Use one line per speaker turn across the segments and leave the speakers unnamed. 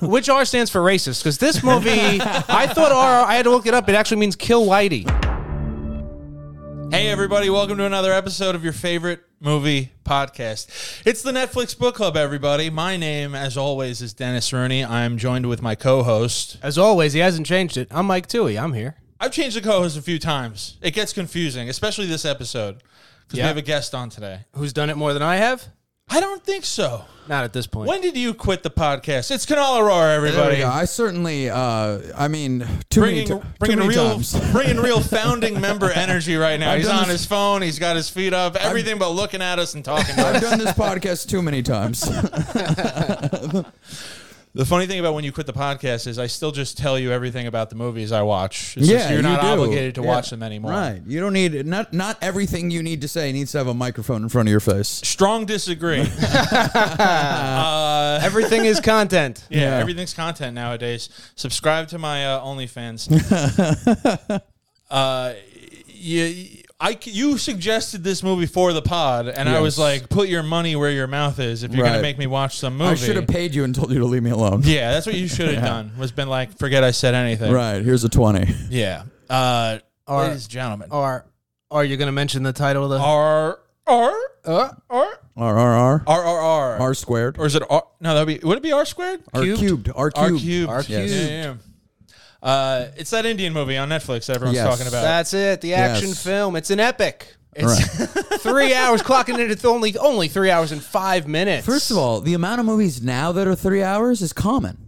Which R stands for racist? Because this movie, I thought R. I had to look it up. It actually means kill whitey.
Hey, everybody, welcome to another episode of your favorite movie podcast. It's the Netflix Book Club, everybody. My name, as always, is Dennis Rooney. I'm joined with my co host.
As always, he hasn't changed it. I'm Mike Toohey. I'm here.
I've changed the co host a few times. It gets confusing, especially this episode because
Yeah.
we have a guest on today.
Who's done it more than I have?
I don't think so.
Not at this point.
When did you quit the podcast? It's Canal Aurora,
There we
everybody.
go. I certainly, uh, I mean, too
Bringing,
many, ti-
bringing
too many
real,
times.
bringing real founding member energy right now.
I've
He's
done
on
this-
his phone. He's got his feet up. Everything but looking at us and talking to us.
I've done this podcast too many times.
The funny thing about when you quit the podcast is I still just tell you everything about the movies I watch. It's just
yeah,
you're not
you do.
obligated to
Yeah.
watch them anymore.
Right. You don't need not not everything you need to say needs to have a microphone in front of your face.
Strong disagree. uh,
Everything is content.
yeah,
Yeah.
everything's content nowadays. Subscribe to my uh, OnlyFans. uh, you, I c- you suggested this movie for the pod, and I was
Yes.
like, put your money where your mouth is. If you're gonna
Right.
make me watch some movie,
I should have paid you and told you to leave me alone.
yeah, that's what you should have done. Was been like, forget I said anything.
Right. Here's a twenty.
Yeah. Uh,
Or-
ladies and gentlemen.
Or are you going to mention the title of the?
R R
Uh,
R
R R R
R R R
R squared
or is it R? No, that would be would it be R squared?
R
cubed?
cubed R
R
cubed.
cubed.
R
Yeah,
cubed.
yeah, yeah. Uh, it's that Indian movie on Netflix. Everyone's
Yes.
talking about.
that's it. The action
Yes.
film. It's an epic. It's
Right.
three hours, clocking in at only only three hours and five minutes.
First of all, the amount of movies now that are three hours is common.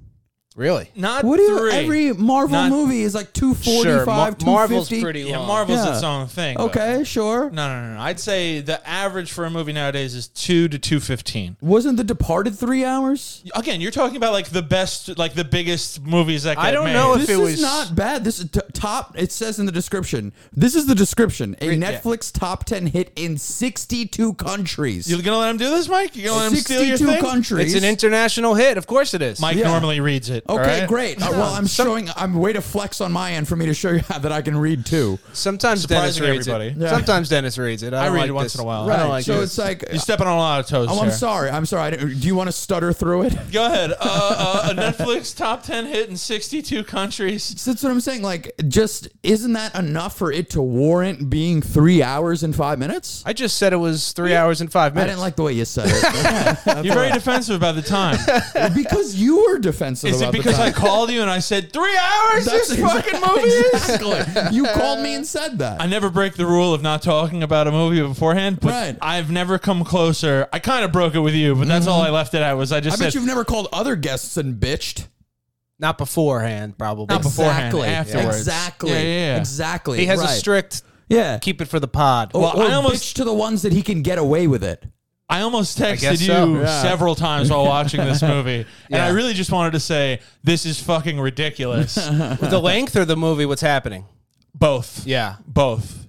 really,
Not
What do you?
three.
Every Marvel
Not-
movie is like two
sure. Mar-
forty-five, two
Marvel's
fifty.
pretty long.
yeah, Marvel's
Yeah.
its own thing. but-
Okay, sure.
No, no, no, no. I'd say the average for a movie nowadays is two to two fifteen.
Wasn't The Departed three hours?
Again, you're talking about like the best, like the biggest movies that. Get
I don't
made.
know if-
this
it was-
is not bad. This is t- top. It says in the description. This is the description. A Netflix top ten hit in sixty-two countries.
you're gonna let him do this, Mike. You're gonna let him steal your
sixty-two
thing.
countries.
it's an international hit. Of course, it is.
Mike
Yeah.
normally reads it. all
okay,
right?
great. Uh, well, I'm showing. I'm way to flex on my end for me to show you how that I can read too.
Sometimes Dennis
Surprising
reads
everybody.
it. Sometimes Dennis reads it. I,
I
don't
read
like
it once
this.
in a while.
I
Right.
don't like
so
this.
it's uh, like.
You're stepping on a lot of toes.
Oh, I'm
here.
sorry. I'm sorry. I didn't- do you want to stutter through it?
Go ahead. Uh, uh, a Netflix top 10 hit in 62 countries.
So that's what I'm saying. Like, just isn't that enough for it to warrant being three hours and five minutes?
I just said it was three hours and five
I
minutes.
didn't like the way you said it
You're very defensive about the time.
because you were defensive.
Is it
about the
because
time.
I called you and I said, three hours this fucking movie is?
Exactly. you called me and said that.
I never break the rule of not talking about a movie beforehand, but
Right.
I've never come closer. I kind of broke it with you, but that's all I left it at was I
Mm-hmm. I
just
bet
said
you've never called other guests and bitched.
Not beforehand, probably.
Not before- beforehand,
Exactly.
afterwards.
Exactly.
Yeah, yeah, yeah.
Exactly.
He has
right.
a strict
Yeah.
keep it for the pod.
or,
Well,
or
I almost-
bitch to the ones that he can get away with it.
I almost texted
guess
you
so, yeah.
several times while watching this movie, and
Yeah.
I really just wanted to say this is fucking ridiculous.
the length or the movie, what's happening?
Both.
Yeah.
Both.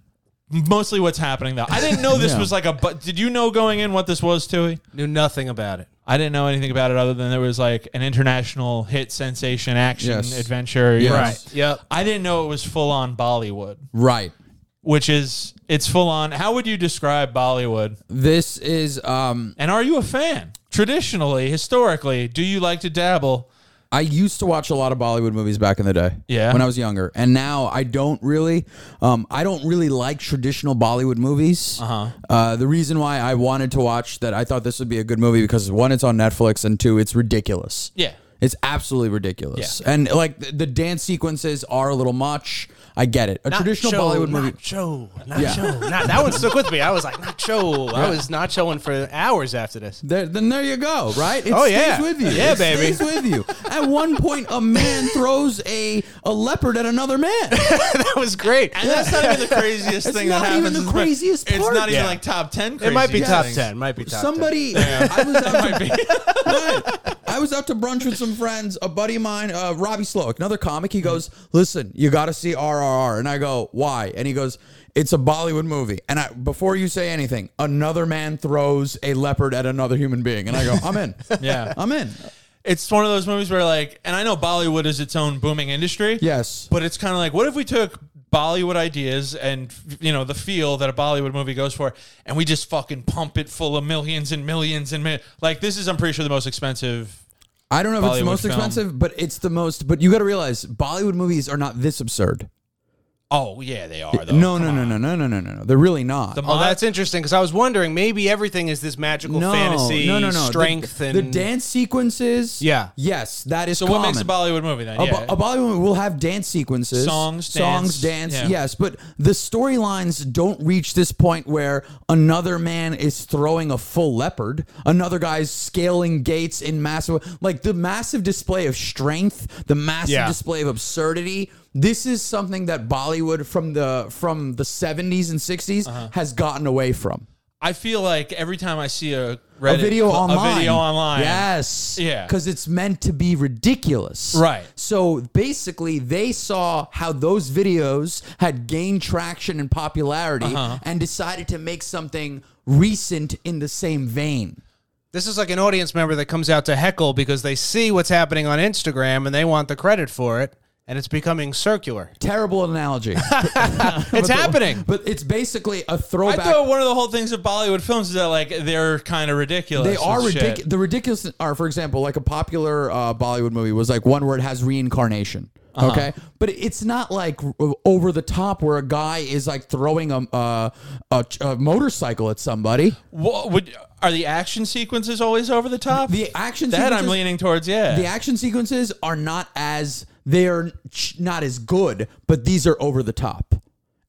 Mostly what's happening though. I didn't know this was like a but did you know going in what this was, Tui?
Knew nothing about it.
I didn't know anything about it other than there was like an international hit sensation action
Yes.
adventure. you
Yes.
know.
Yep.
I didn't know it was full on Bollywood,
Right.
which is it's full on. How would you describe Bollywood?
This is um
And are you a fan? Traditionally, historically, do you like to dabble?
I used to watch a lot of Bollywood movies back in the day.
Yeah.
When I was younger. And now I don't really um I don't really like traditional Bollywood movies. Uh-huh. the reason why I wanted to watch that I thought this would be a good movie because one, it's on Netflix and two, it's ridiculous.
Yeah.
It's absolutely ridiculous. And like the, the dance sequences are a little much. I get it. A traditional Bollywood movie.
Nacho,
Yeah.
nacho, na- that one stuck with me. I was like, nacho. I was nachoing for hours after this.
There, then there you go, right? It
Oh, yeah.
stays with you.
Yeah,
it
baby.
Stays with you. At one point, a man throws a a leopard at another man.
that was great.
And that's not even the craziest
It's
thing that
not
happens.
even the
in movie.
craziest
It's
part.
not even
Yeah.
like top ten. Crazy
It might be top
things.
ten. Might be top
Somebody, I was, out to,
Might be.
right. I was out to brunch with some friends. A buddy of mine, uh, Robbie Sloak, another comic, he goes, "Listen, you got to see RRR," and I go, "Why?" And he goes, "It's a Bollywood movie." And I, before you say anything, another man throws a leopard at another human being, and I go, "I'm in."
Yeah.
I'm in.
it's one of those movies where like and i know bollywood is its own booming industry
Yes.
but it's kind of like what if we took bollywood ideas and you know the feel that a bollywood movie goes for and we just fucking pump it full of millions and millions and mi- like this is i'm pretty sure the most expensive
I don't know if it's the
Bollywood
most
film.
expensive, but it's the most. But you got to realize Bollywood movies are not this absurd.
Oh yeah, they are. Though.
No, no, no, no, no, no, no, no. They're really not.
The
Oh,
mod-
that's interesting because I was wondering maybe everything is this magical
no,
fantasy,
no, no, no.
strength,
the,
and
the dance sequences.
Yeah.
Yes, that is.
so what makes a
common.
Bollywood movie then?
A,
yeah.
Bo- a Bollywood movie will have dance sequences,
Songs,
songs,
dance,
dance.
yeah.
Yes, but the storylines don't reach this point where another man is throwing a full leopard, another guy's scaling gates in massive, like the massive display of strength, the massive
Yeah.
display of absurdity. This is something that Bollywood from the from the seventies and 60s
Uh-huh.
has gotten away from.
I feel like every time I see a
A
Reddit,
video
cl-
online.
a video online,
Yes.
Yeah.
Because it's meant to be ridiculous.
Right.
So basically, they saw how those videos had gained traction and popularity
Uh-huh.
and decided to make something recent in the same vein.
This is like an audience member that comes out to heckle because they see what's happening on Instagram and they want the credit for it, and it's becoming circular.
Terrible analogy.
It's happening.
but it's basically a
I
throwback.
thought one of the whole things of Bollywood films is that like they're kind of ridiculous.
they are
with shit.
ridiculous. The ridiculous are, for example, like a popular uh, Bollywood movie was like one where it has reincarnation.
Uh-huh.
Okay, but it's not like r- over the top where a guy is like throwing a uh, a, ch- a motorcycle at somebody.
What would are the action sequences always over the top?
The action
that I'm
sequences-
leaning towards, yeah.
The action sequences are not as they're ch- not as good, but these are over the top.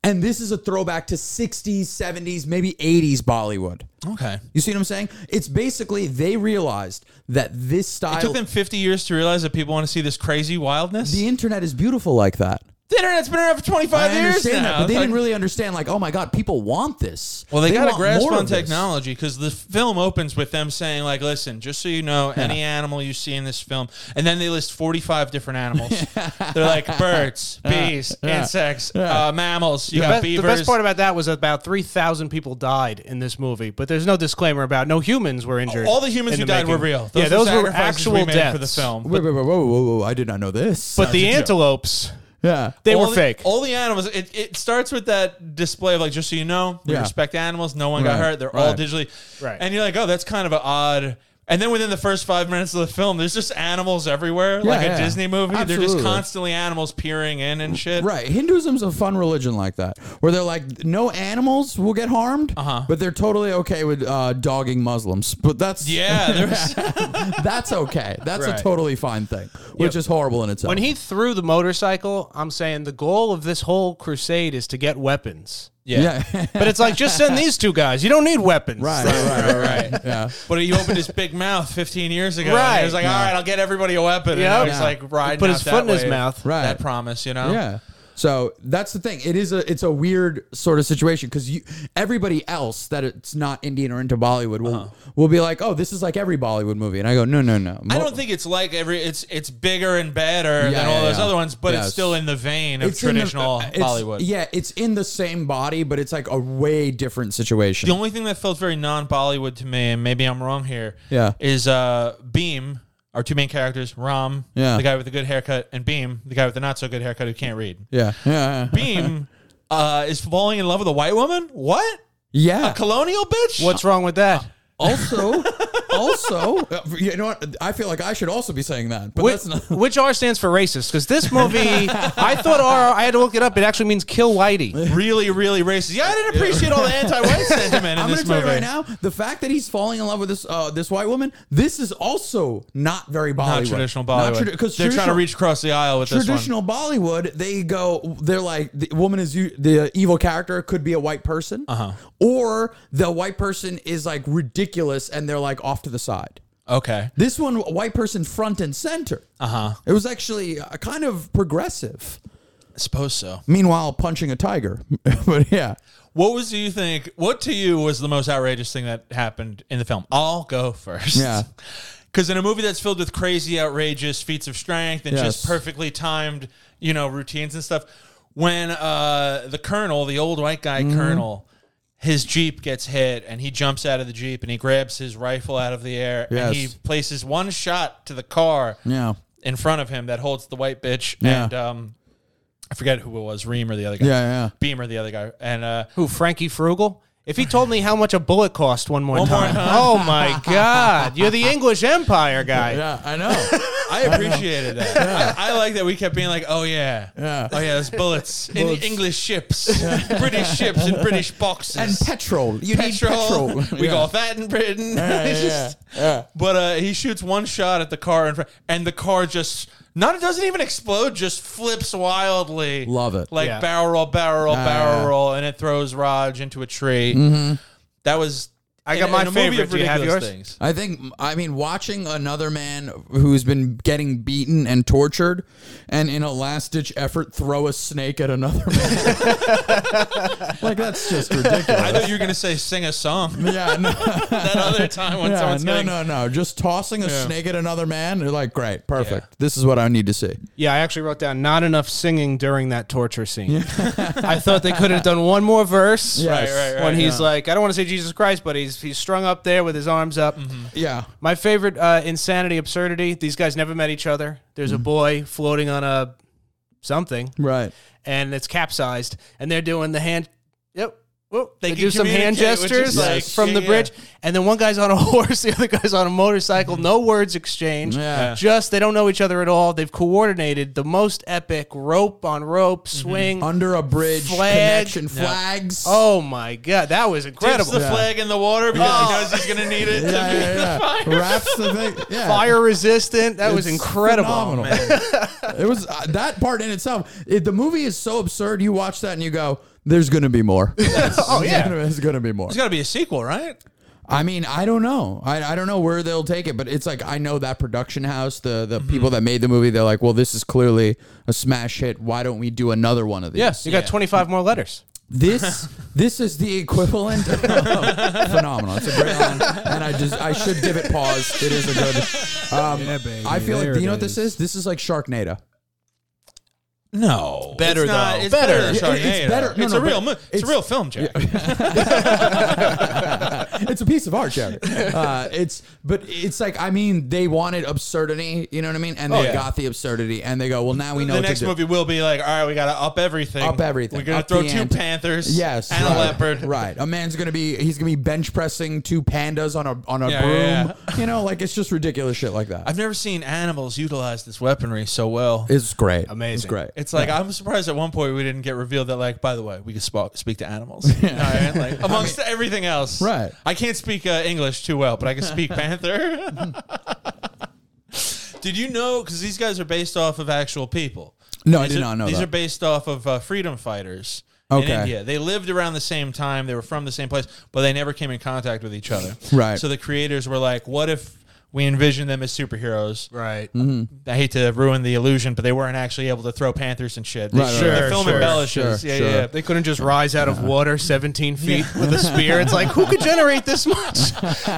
And this is a throwback to 60s, 70s, maybe 80s Bollywood.
okay.
You see what I'm saying? It's basically they realized that this style
It took them 50 years to realize that people want to see this crazy wildness.
the internet is beautiful like that.
The internet's been around for 25
I
years now.
understand that, but they
It's
didn't
like-
really understand. Like, oh my god, people want this.
Well, they, got a
want
grasp
more
on
of this.
technology because the film opens with them saying, like, listen, just so you know, any animal you see in this film, and then they list 45 different animals. They're like birds, bees, insects, Uh, mammals. You
The,
got
best, the
beavers.
best part about that was about 3,000 people died in this movie, but there's no disclaimer about no humans were injured.
all the humans
in
who
the
died were
making.
real.
yeah, those were
sacrifices
actual
we made
deaths
for the film.
Wait, wait, wait, whoa, whoa, whoa! I did not know this.
But the
a joke.
antelopes,
yeah,
they
all
were
the-
fake.
All the animals. It, it starts with that display of like, just so you know, we
Yeah.
respect animals. No one got
Right,
hurt. They're all
right.
digitally.
Right.
And you're like, oh, that's kind of an odd. And then within the first five minutes of the film, there's just animals everywhere, like a
yeah.
Disney movie. They're just
Absolutely.
constantly animals peering in and shit.
Right. Hinduism's a fun religion like that, where they're like, no animals will get harmed, uh-huh. but they're totally okay with uh, dogging Muslims. But that's
Yeah. There's,
that's okay. That's
Right.
a totally fine thing, which is horrible in itself.
When he threw the motorcycle, I'm saying the goal of this whole crusade is to get weapons.
yeah,
But it's like, just send these two guys. You don't need weapons.
right, right, right, right. yeah.
but he opened his big mouth 15 years ago. And
Right.
he was like, all right, I'll get everybody a
Yep.
weapon. Yeah. He's
Yeah.
like riding
Put
out
his
that
foot in his
wave.
mouth.
Right.
That promise, you know?
Yeah. So that's the thing. It is a it's a weird sort of situation because you everybody else that it's not Indian or into Bollywood will will be like, oh, this is like every Bollywood movie, and I go, no, no, no.
Uh-huh. I don't think it's like every it's it's bigger and better
Oh. Yeah,
than all
yeah,
those
yeah.
other ones, but it's
Yes.
still in the vein of
It's in the- uh,
traditional
it's-
Bollywood.
Yeah, it's in the same body, but it's like a way different situation.
The only thing that felt very non-Bollywood to me, and maybe I'm wrong here,
Yeah.
is uh, Beam, our two main characters, Ram,
Yeah.
the guy with the good haircut, and Beam, the guy with the not so good haircut who can't read.
yeah, yeah, yeah.
Beam uh, is falling in love with a white woman. What?
yeah.
Colonial bitch?
What's wrong with that?
also, also, uh, you know what? I feel like I should also be saying that, but
Which,
that's not.
which R stands for racist? Because this movie, I thought R. I had to look it up. It actually means kill whitey.
Really, really racist. Yeah, I didn't appreciate all the anti-white sentiment in
I'm
this
gonna tell
movie.
you right now, the fact that he's falling in love with this uh, this white woman, this is also not very Bollywood.
Not traditional Bollywood.
Because
They're trying to reach across the aisle with this one.
traditional Bollywood, they go, they're like, the woman is u- the evil character could be a white person, uh-huh. or the white person is like ridiculous and they're like off to the side.
Okay.
This one, white person front and center. Uh
Uh-huh.
huh. It was actually uh, kind of progressive.
I suppose so.
Meanwhile, punching a tiger. but yeah.
What was do you think? What to you was the most outrageous thing that happened in the film? I'll go first.
Yeah.
Because in a movie that's filled with crazy, outrageous feats of strength and just
Yes.
perfectly timed, you know, routines and stuff, when uh, the colonel, the old white guy
Mm-hmm.
colonel, his jeep gets hit and he jumps out of the jeep and he grabs his rifle out of the air and
Yes.
he places one shot to the car
Yeah.
in front of him that holds the white bitch
Yeah.
and um, I forget who it was, Reem or the other guy,
Yeah, yeah.
Beam or the other guy, and uh,
Who? Frankie Frugal? If he told me how much a bullet cost one more time, oh my god, you're the English Empire guy.
Yeah, I know.
I appreciated that. I, I like that we kept being like, oh yeah,
Yeah.
oh yeah, there's bullets, in
Bullets.
English ships, British ships, and British boxes,
and petrol. You
petrol.
need petrol.
we
Yeah.
got that in Britain.
Yeah,
It's just-
yeah, yeah.
But uh, he shoots one shot at the car in front, and the car just not it doesn't even explode, just flips wildly.
Love it. Ah,
like
Yeah.
barrel roll, barrel roll, barrel
yeah. Mm-hmm.
roll, and it throws Raj into a tree. That was.
I got
in-
my
in a movie
favorite.
of
Do you have
ridiculous
yours?
Things.
I think I mean watching another man who's been getting beaten and tortured, and in a last ditch effort throw a snake at another man. like that's just ridiculous.
I thought you were gonna say sing a song
Yeah, no,
that other time when
yeah,
someone's
no,
getting
no, no. Just tossing a
Yeah.
snake at another man. You're like, great, perfect. This is what I need to see.
Yeah, I actually wrote down not enough singing during that torture scene. I thought they could have done one more verse.
Yes.
Right, right,
when
right.
he's like, I don't want to say Jesus Christ, but he's he's strung up there with his arms up.
Yeah,
My favorite uh, insanity absurdity. These guys never met each other. There's a boy floating on a something,
right.
and it's capsized, and they're doing the hand. Yep. Whoop. They,
They
do
can
some hand
communicate, which is
gestures
like-
from the
yeah,
bridge, and then one guy's on a horse, the other guy's on a motorcycle. No words exchanged.
Yeah.
Just they don't know each other at all. They've coordinated the most epic rope on rope swing.
Under a bridge,
Flag.
connection flags.
Oh my god, that was
dips
incredible!
the flag in the water because he knows he's gonna need it. to
Oh. yeah,
do
yeah,
the
yeah.
fire.
Wraps the thing. Yeah.
Fire resistant. That was
It's
incredible.
phenomenal. it was uh, that part in itself. It, the movie is so absurd. You watch that and you go, "There's going to be more." oh
yeah.
there's going to be more.
There's got to be a sequel, right?
I mean, I don't know. I, I don't know where they'll take it, but it's like I know that production house, the the people that made the movie, they're like, "Well, this is clearly a smash hit. Why don't we do another one of these?"
Yes, you got
Yeah.
25 more letters.
This this is the equivalent of phenomenal. It's a great line, and I just I should give it pause. It is a good. Um, I feel like do you know what this is? This is like Sharknado.
No,
Better,
it's not,
though.
It's better.
Better.
than
Yeah, it's
Sharknado.
better. No,
it's
no,
a real.
but
mo- It's, a
it's-
real film, Jack.
it's a piece of art, Jared. Uh, it's but it's like I mean they wanted absurdity, you know what I mean? And they
Oh, yeah.
got the absurdity, and they go, well now we know
the
what
next
to do.
movie will be like, all right, we got to up everything.
Up everything.
We're gonna
Up
throw
the
two
ante.
panthers.
Yes,
and
right,
a leopard.
Right, a man's gonna be he's gonna be bench pressing two pandas on a on a
Yeah,
broom.
yeah,
You know, like it's just ridiculous shit like that.
I've never seen animals utilize this weaponry so well.
it's great, It's
Amazing.
great.
It's like I'm surprised at one point we didn't get revealed that like by the way we can sp- speak to animals. All right, like amongst everything else.
Right.
I can't speak uh, English too well, but I can speak panther. Did you know cuz these guys are based off of actual people.
No, I
These
did
are-
not know
These
that.
are based off of uh, freedom fighters in
Okay.
India. They lived around the same time, they were from the same place, but they never came in contact with each other.
Right.
So the creators were like, what if we envision them as superheroes.
Right.
Mm-hmm.
I hate to ruin the illusion, but they weren't actually able to throw panthers and shit. They,
Right, right,
the
right.
film
Sure,
embellishes.
sure,
yeah,
sure.
yeah, yeah.
They couldn't just rise out of water 17 feet with a spear. It's like, who could generate this much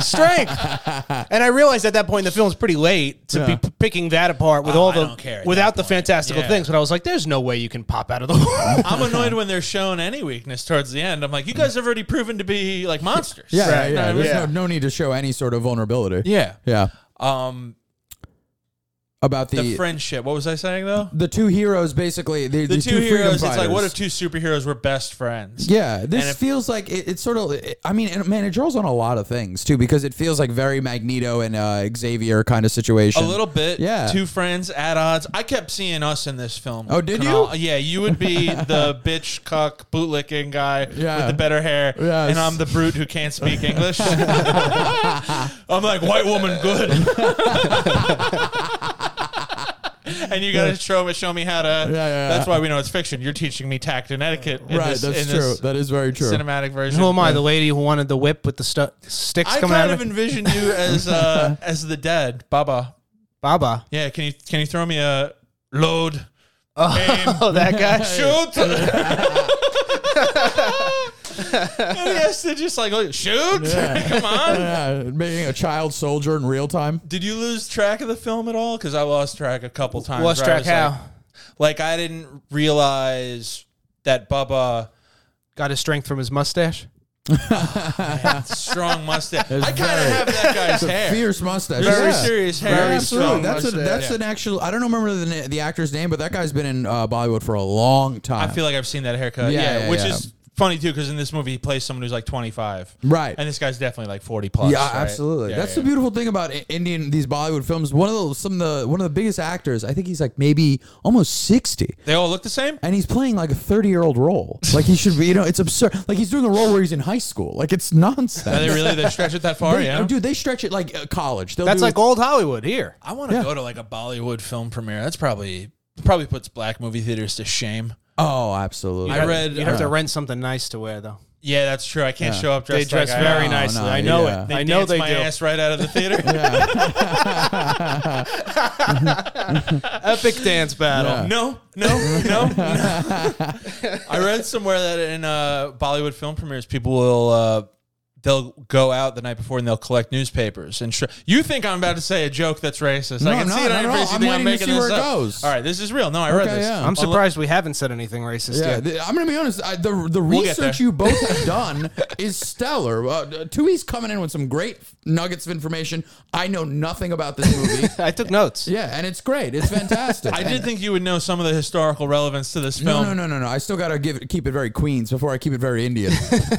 strength? And I realized at that point in the film it's pretty late to be p- picking that apart with
Oh,
all
I
the
don't care at
without the
that point.
fantastical
Yeah.
things. But I was like, there's no way you can pop out of the water.
I'm annoyed when they're shown any weakness towards the end. I'm like, you guys have already proven to be like monsters.
Mm-hmm. Yeah, yeah,
Right,
yeah.
no,
There's
yeah.
No, no need to show any sort of vulnerability.
Yeah.
yeah.
Um,
About
the,
the the,
friendship. What was I saying though?
two heroes basically the,
The, two, heroes. It's like, what
a
if two superheroes were best friends?
Yeah, this
And if-
feels like it, it's sort of. It, I mean, and man, it draws on a lot of things too, because it feels like very Magneto and uh, Xavier kind of
A
situation.
little bit.
Yeah.
Two friends at odds. I kept seeing us in this film.
Oh, did you?
Kunal. Yeah, you would be the bitch, cuck, bootlicking guy
Yeah.
with the better hair.
Yes.
And I'm the brute who can't speak English. I'm like, white woman, good. And you gotta show me, show me how to.
yeah, yeah.
That's why we know it's fiction. You're teaching me tact and etiquette. in
Right,
this-
that's
in
true.
this
that is very true.
Cinematic version.
who am I? Oh The lady who wanted the whip with the stu- sticks
I
coming out
kind
of
of
it?
envision you as uh, as the dead, Baba.
Baba.
Yeah, can you can you throw me a load? Aim,
Oh, that guy.
shoot. and he has to just like look, shoot. Come on.
yeah, making a child soldier in real time.
Did you lose track of the film at all? Because I lost track a couple times.
Lost
where I
track
was
how?
Like, like I didn't realize that Bubba
Got his strength from his mustache.
had strong mustache. I kind of
very-
have that guy's hair.
Fierce mustache.
Very
Yeah.
serious hair.
Very
Very
absolutely.
strong
That's a,
mustache.
that's
Yeah.
an actual. I don't remember the, na- the actor's name, but that guy's been in uh, Bollywood for a long time.
I feel like I've seen that haircut.
Yeah,
Yeah,
yeah,
which
yeah.
is funny too because in this movie he plays someone who's like 25,
Right.
And this guy's definitely like 40 plus.
Yeah,
right?
absolutely.
Yeah,
That's
yeah,
the
yeah.
beautiful thing about I- Indian these Bollywood films. One of the some of the one of the biggest actors. I think he's like maybe almost sixty,
They all look the same.
and he's playing like a thirty year old role. Like he should be. You know, it's absurd. Like he's doing a role where he's in high school. Like it's nonsense.
Are they really they stretch it that far?
They-
yeah,
dude, they stretch it like uh, college. They'll
That's
do-
like old Hollywood here.
I want to
Yeah.
go to like a Bollywood film premiere. That's probably probably puts black movie theaters to shame.
oh, absolutely.
I read-
You'd have to rent something nice to wear though.
Yeah, that's true. I can't show up
uh, They
dressed.
dress
like I
very
am.
no,
nicely.
no,
I know
yeah.
it.
They
I know
dance
they
my
do.
ass right out of the theater.
Epic dance battle.
No, no, no. no. Uh. I read somewhere that in uh, Bollywood film premieres, people will uh, they'll go out the night before and they'll collect newspapers. And sh- you think I'm about to say a joke that's racist?
No,
I can
I'm
see it
not,
on your
not at
face.
all.
You
I'm
think I'm
waiting to
making
see where
this
it
up.
goes.
All right, this is real. No, I read
Okay,
this.
yeah.
I'm surprised we haven't said anything racist
Yeah,
yet.
th- I'm gonna be honest. I, the the
get
research
there.
you both have done is stellar. Uh, Tui's coming in with some great nuggets of information. I know nothing about this movie.
I took notes.
yeah, and it's great. It's fantastic.
I
And-
did think you would know some of the historical relevance to this
No,
film.
no, no, no, no. I still gotta give it, keep it very Queens before I keep it very Indian.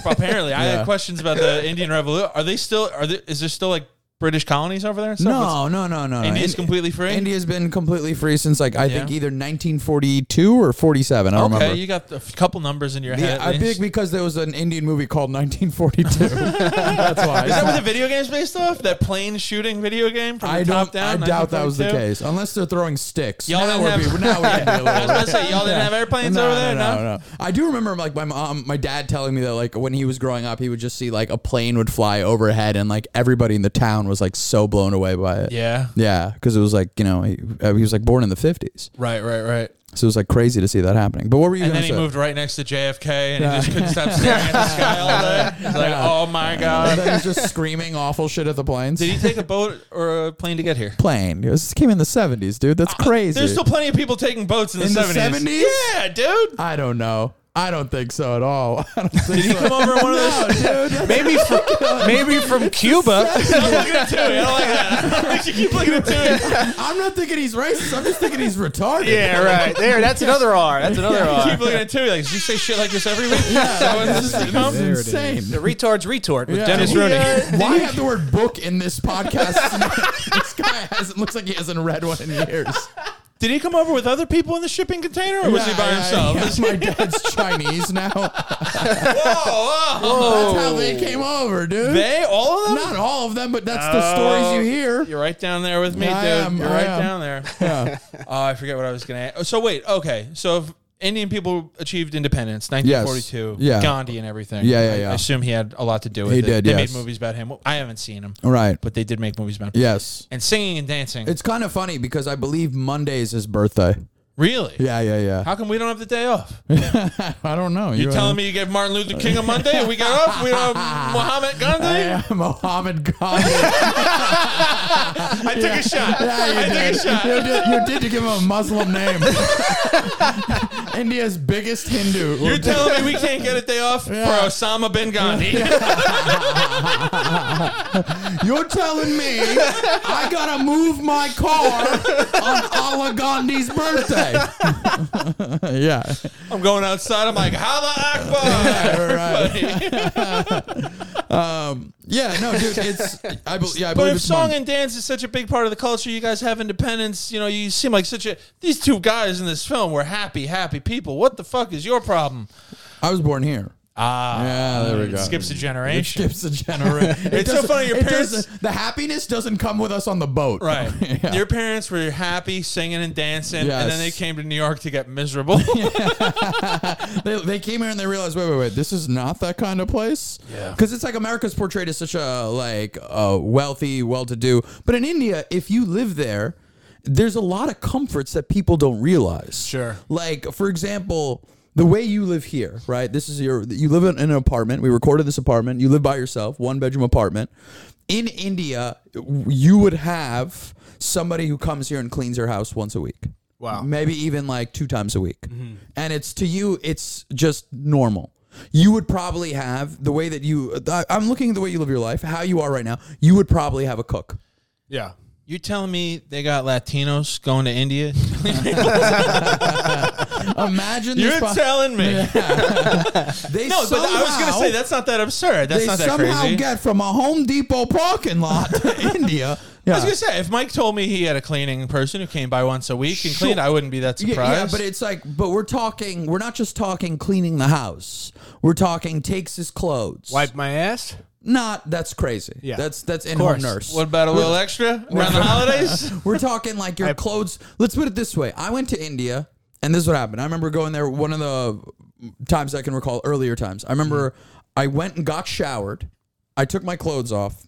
Apparently, I had questions about the Indian Revolution. Are they still? Are there, is there still like British colonies over there? and stuff? What's-
no, no, no, no.
India's
Ind-
completely free?
India's been completely free since like I think either 1942 or 47. I don't
Okay,
remember.
you got a f- couple numbers in your head.
yeah,
at
I
least.
think because there was an Indian movie called 1942. That's why.
Is that what the video game's based off? That plane shooting video game from the
I
top
don't.
down?
I doubt that was the
1942?
case, unless they're throwing sticks.
Y'all
now,
didn't
we're
have-
be- now we can be a little
I was about to say, y'all didn't
Yeah.
have airplanes
No,
over there?
No, no, no. I do remember like my mom, my dad telling me that like when he was growing up, he would just see like a plane would fly overhead, and like everybody in the town was like so blown away by it.
Yeah.
Yeah, because it was like you know he, uh, he was like born in the fifties,
Right, right, right.
so it was like crazy to see that happening. But what were you
And
going
then
to
he
say?
moved right next to JFK and he just couldn't stop staring at the sky all day. He's like, oh my
and
God.
then he's just screaming awful shit at the planes.
Did he take a boat or a plane to get here?
plane? It was- this came in the seventies, dude. That's crazy.
There's still plenty of people taking boats in the
In the
70s.
70s?
Yeah, dude.
I don't know. I don't think so at all. I don't think
Did he
so.
come over in one of those?
Maybe from, maybe from Cuba.
Don't look at Tui. I don't like that. I don't like you keep looking at Tui.
I'm not thinking he's racist. I'm just thinking he's retarded.
Yeah, right. There, that's another R. That's another
You
R.
keep looking at Tui. Like, did you say shit like this every week? Is that what this has become?
It's insane.
The retard's retort with
Yeah.
Dennis
We, uh,
Rooney.
Why have the word book in this podcast? this guy hasn't looks like he hasn't read one in years.
Did he come over with other people in the shipping container, or was he by
Yeah,
himself?
yeah, yeah. My dad's Chinese now.
Whoa, whoa.
That's how they came over, dude.
They Oh. all of them.
Not all of them, but that's the stories you hear.
You're right down there with me,
I
dude.
am,
You're
I
right
am.
down there. Oh, I forget what I was gonna. Add. So wait, okay. So if Indian people achieved independence, 1942.
Yes. Yeah.
Gandhi and everything.
Yeah, yeah,
I-
yeah.
I assume he had a lot to do with
He
it.
did,
They
yes.
made movies about him. Well, I haven't seen him,
Right.
but they did make movies about him.
Yes.
And singing and dancing.
It's kind of funny because I believe Monday is his birthday.
really.
Yeah, yeah, yeah.
How come we don't have the day off?
I don't know.
You're telling me you gave Martin Luther King a Monday and we got off? We don't have Muhammad Gandhi?
I am Mohammed Gandhi.
I took a shot.
Yeah, you
I
did.
took a shot.
You did. You did. You give him a Muslim name. India's biggest Hindu.
You're telling me we can't get a day off for Osama bin Gandhi?
You're telling me I gotta move my car on Allah Gandhi's birthday. yeah.
I'm going outside. I'm like, Hala Akbar.
Um, yeah. No, dude. It's. I, be, yeah, I
But
believe
if
it's
song
Monday.
and dance is such a big part of the culture, you guys have independence. You know, you seem like such a. These two guys in this film were happy, happy people. What the fuck is your problem?
I was born here.
Ah,
Yeah, there we go.
It skips a
It
generation.
skips a generation.
It's so funny, your parents-
The happiness doesn't come with us on the boat.
Right.
Yeah.
Your parents were happy singing and dancing, and then
Yes.
they came to New York to get miserable.
They, they came here and they realized, wait, wait, wait, this is not that kind of place.
Yeah.
Because it's like America's portrayed as such a like a wealthy, well-to-do, but in India, if you live there, there's a lot of comforts that people don't realize.
Sure.
Like for example. The way you live here, right? This is your you live in an apartment. We recorded this apartment. You live by yourself, one bedroom apartment. In India, you would have somebody who comes here and cleans your house once a week
Wow.
maybe even like two times a week.
Mm-hmm.
And it's to you, it's just normal. You would probably have the way that you, I- I'm looking at the way you live your life, how you are right now, you would probably have a cook.
Yeah.
you telling me they got Latinos going to India?
Imagine
You're
this. po-
telling me.
they
No, but I was going to
somehow-
say that's not that absurd. That's
they
not that
somehow
crazy.
get from a Home Depot parking lot to India. Yeah.
I was gonna say if Mike told me he had a cleaning person who came by once a week and
Sure.
cleaned, I wouldn't be that
Yeah,
surprised.
yeah, but it's like, but we're talking. We're not just talking cleaning the house. We're talking takes his clothes.
Wipe my ass.
Not that's crazy.
Yeah.
that's that's in home
course.
nurse.
what about a little extra around the holidays?
We're talking like your clothes. Let's put it this way. I went to India, and this is what happened. I remember going there one of the times I can recall, earlier times. I remember I went and got showered. I took my clothes off.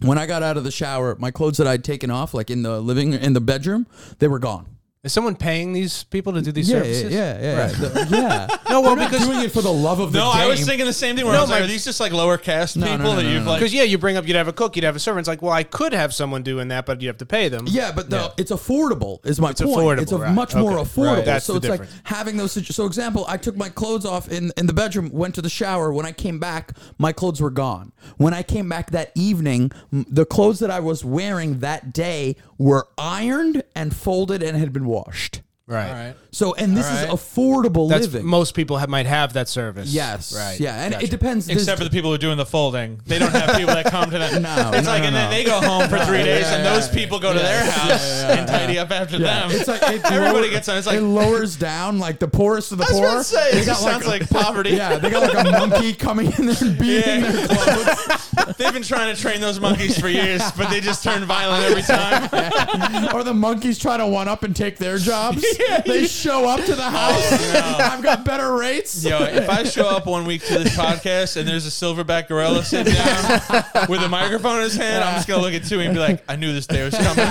When I got out of the shower, my clothes that I'd taken off, like in the living in the bedroom, they were gone.
Is someone paying these people to do these services?
yeah,
Right.
The- yeah.
No, well,
We're not
because
doing it for the love of the
No,
game.
I was thinking the same thing. Where I was like, are these just like lower caste
no,
people
no,
that
no,
you've
no.
like?
Because yeah, you bring up you'd have a cook, you'd have a servant. It's like, well, I could have someone doing that, but you have to pay them.
Yeah, but the, it's affordable is my
It's
point.
affordable,
it's a
right.
much more
Okay.
affordable.
Right. That's
so
the
it's
difference.
like having those. situ- So example, I took my clothes off in in the bedroom, went to the shower. When I came back, my clothes were gone. When I came back that evening, m- the clothes that I was wearing that day were ironed and folded and had been washed.
right.
All right.
So and this
Alright.
is affordable
That's
living.
most people have, might have that service.
yes.
Right.
Yeah, and
Gotcha.
it depends. There's-
Except for the people who are doing the folding, they don't have people that come to them.
No,
it's
no,
like,
no,
and then
no.
they go home for three days, and
yeah,
those
yeah.
people go to their
Yes.
house and tidy up after
Yeah,
them.
it's like it
everybody
lower-
gets on. It's like
it lowers down like the poorest of the
I was
poor.
gonna say,
They
it
got,
just
like,
sounds like poverty.
Yeah, they got like a monkey coming in there and beating
Yeah.
their clothes.
They've been trying to train those monkeys for years, but they just turn violent every time.
or the monkeys try to one up and take their jobs. They show up
Oh,
to the house. I've got better rates.
Yo, if I show up one week to this podcast and there's a silverback gorilla sitting down with a microphone in his hand, I'm just gonna look at Tui and be like, "I knew this day was coming.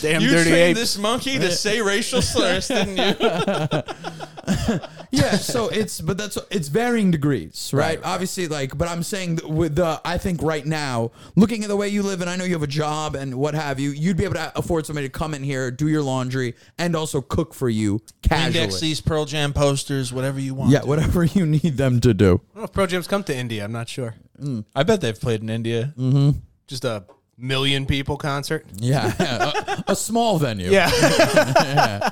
Damn
You
dirty ape.
trained this monkey to say racial slurs, didn't you?"
Yeah, so it's but that's it's varying degrees, right? Obviously, like, but I'm saying that with the I think right now, looking at the way you live, and I know you have a job and what have you, you'd be able to afford somebody to come in here, do your laundry, and also cook for you casually.
Index these Pearl Jam posters, whatever you want.
yeah, whatever you need them to do.
I don't know if Pro Jam's come to India. I'm not sure.
Mm.
I bet they've played in India.
Mm-hmm.
Just a million people concert.
Yeah, a, a small venue.
Yeah.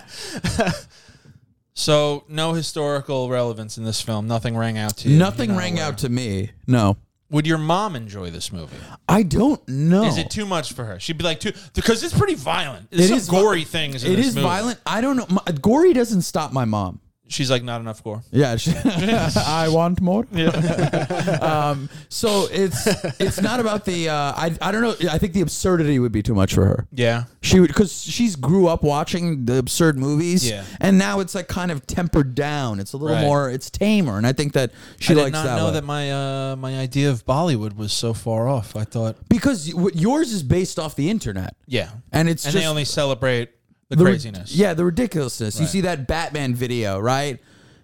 So no historical relevance in this film. Nothing rang out to you.
nothing
You're not
rang
aware.
out to me. No,
Would your mom enjoy this movie?
I don't know.
Is it too much for her? She'd be like, too because it's pretty violent.
It
There's some
is vi-
gory things. In
It
this
is
movie.
violent. I don't know. My, gory doesn't stop my mom.
She's like, not enough gore.
Yeah, she- I want more. um, so it's it's not about the. Uh, I I don't know. I think the absurdity would be too much for her.
Yeah.
She would because she's grew up watching the absurd movies,
Yeah.
and now it's like kind of tempered down. It's a little
Right.
more. It's tamer, and I think that
I
she
did
likes
not
that,
know
way.
that my uh, my idea of Bollywood was so far off. I thought,
because y- what yours is based off the internet,
yeah,
and it's
and
just
they only celebrate the,
the ri-
craziness.
Yeah, the ridiculousness. You see that Batman video, right?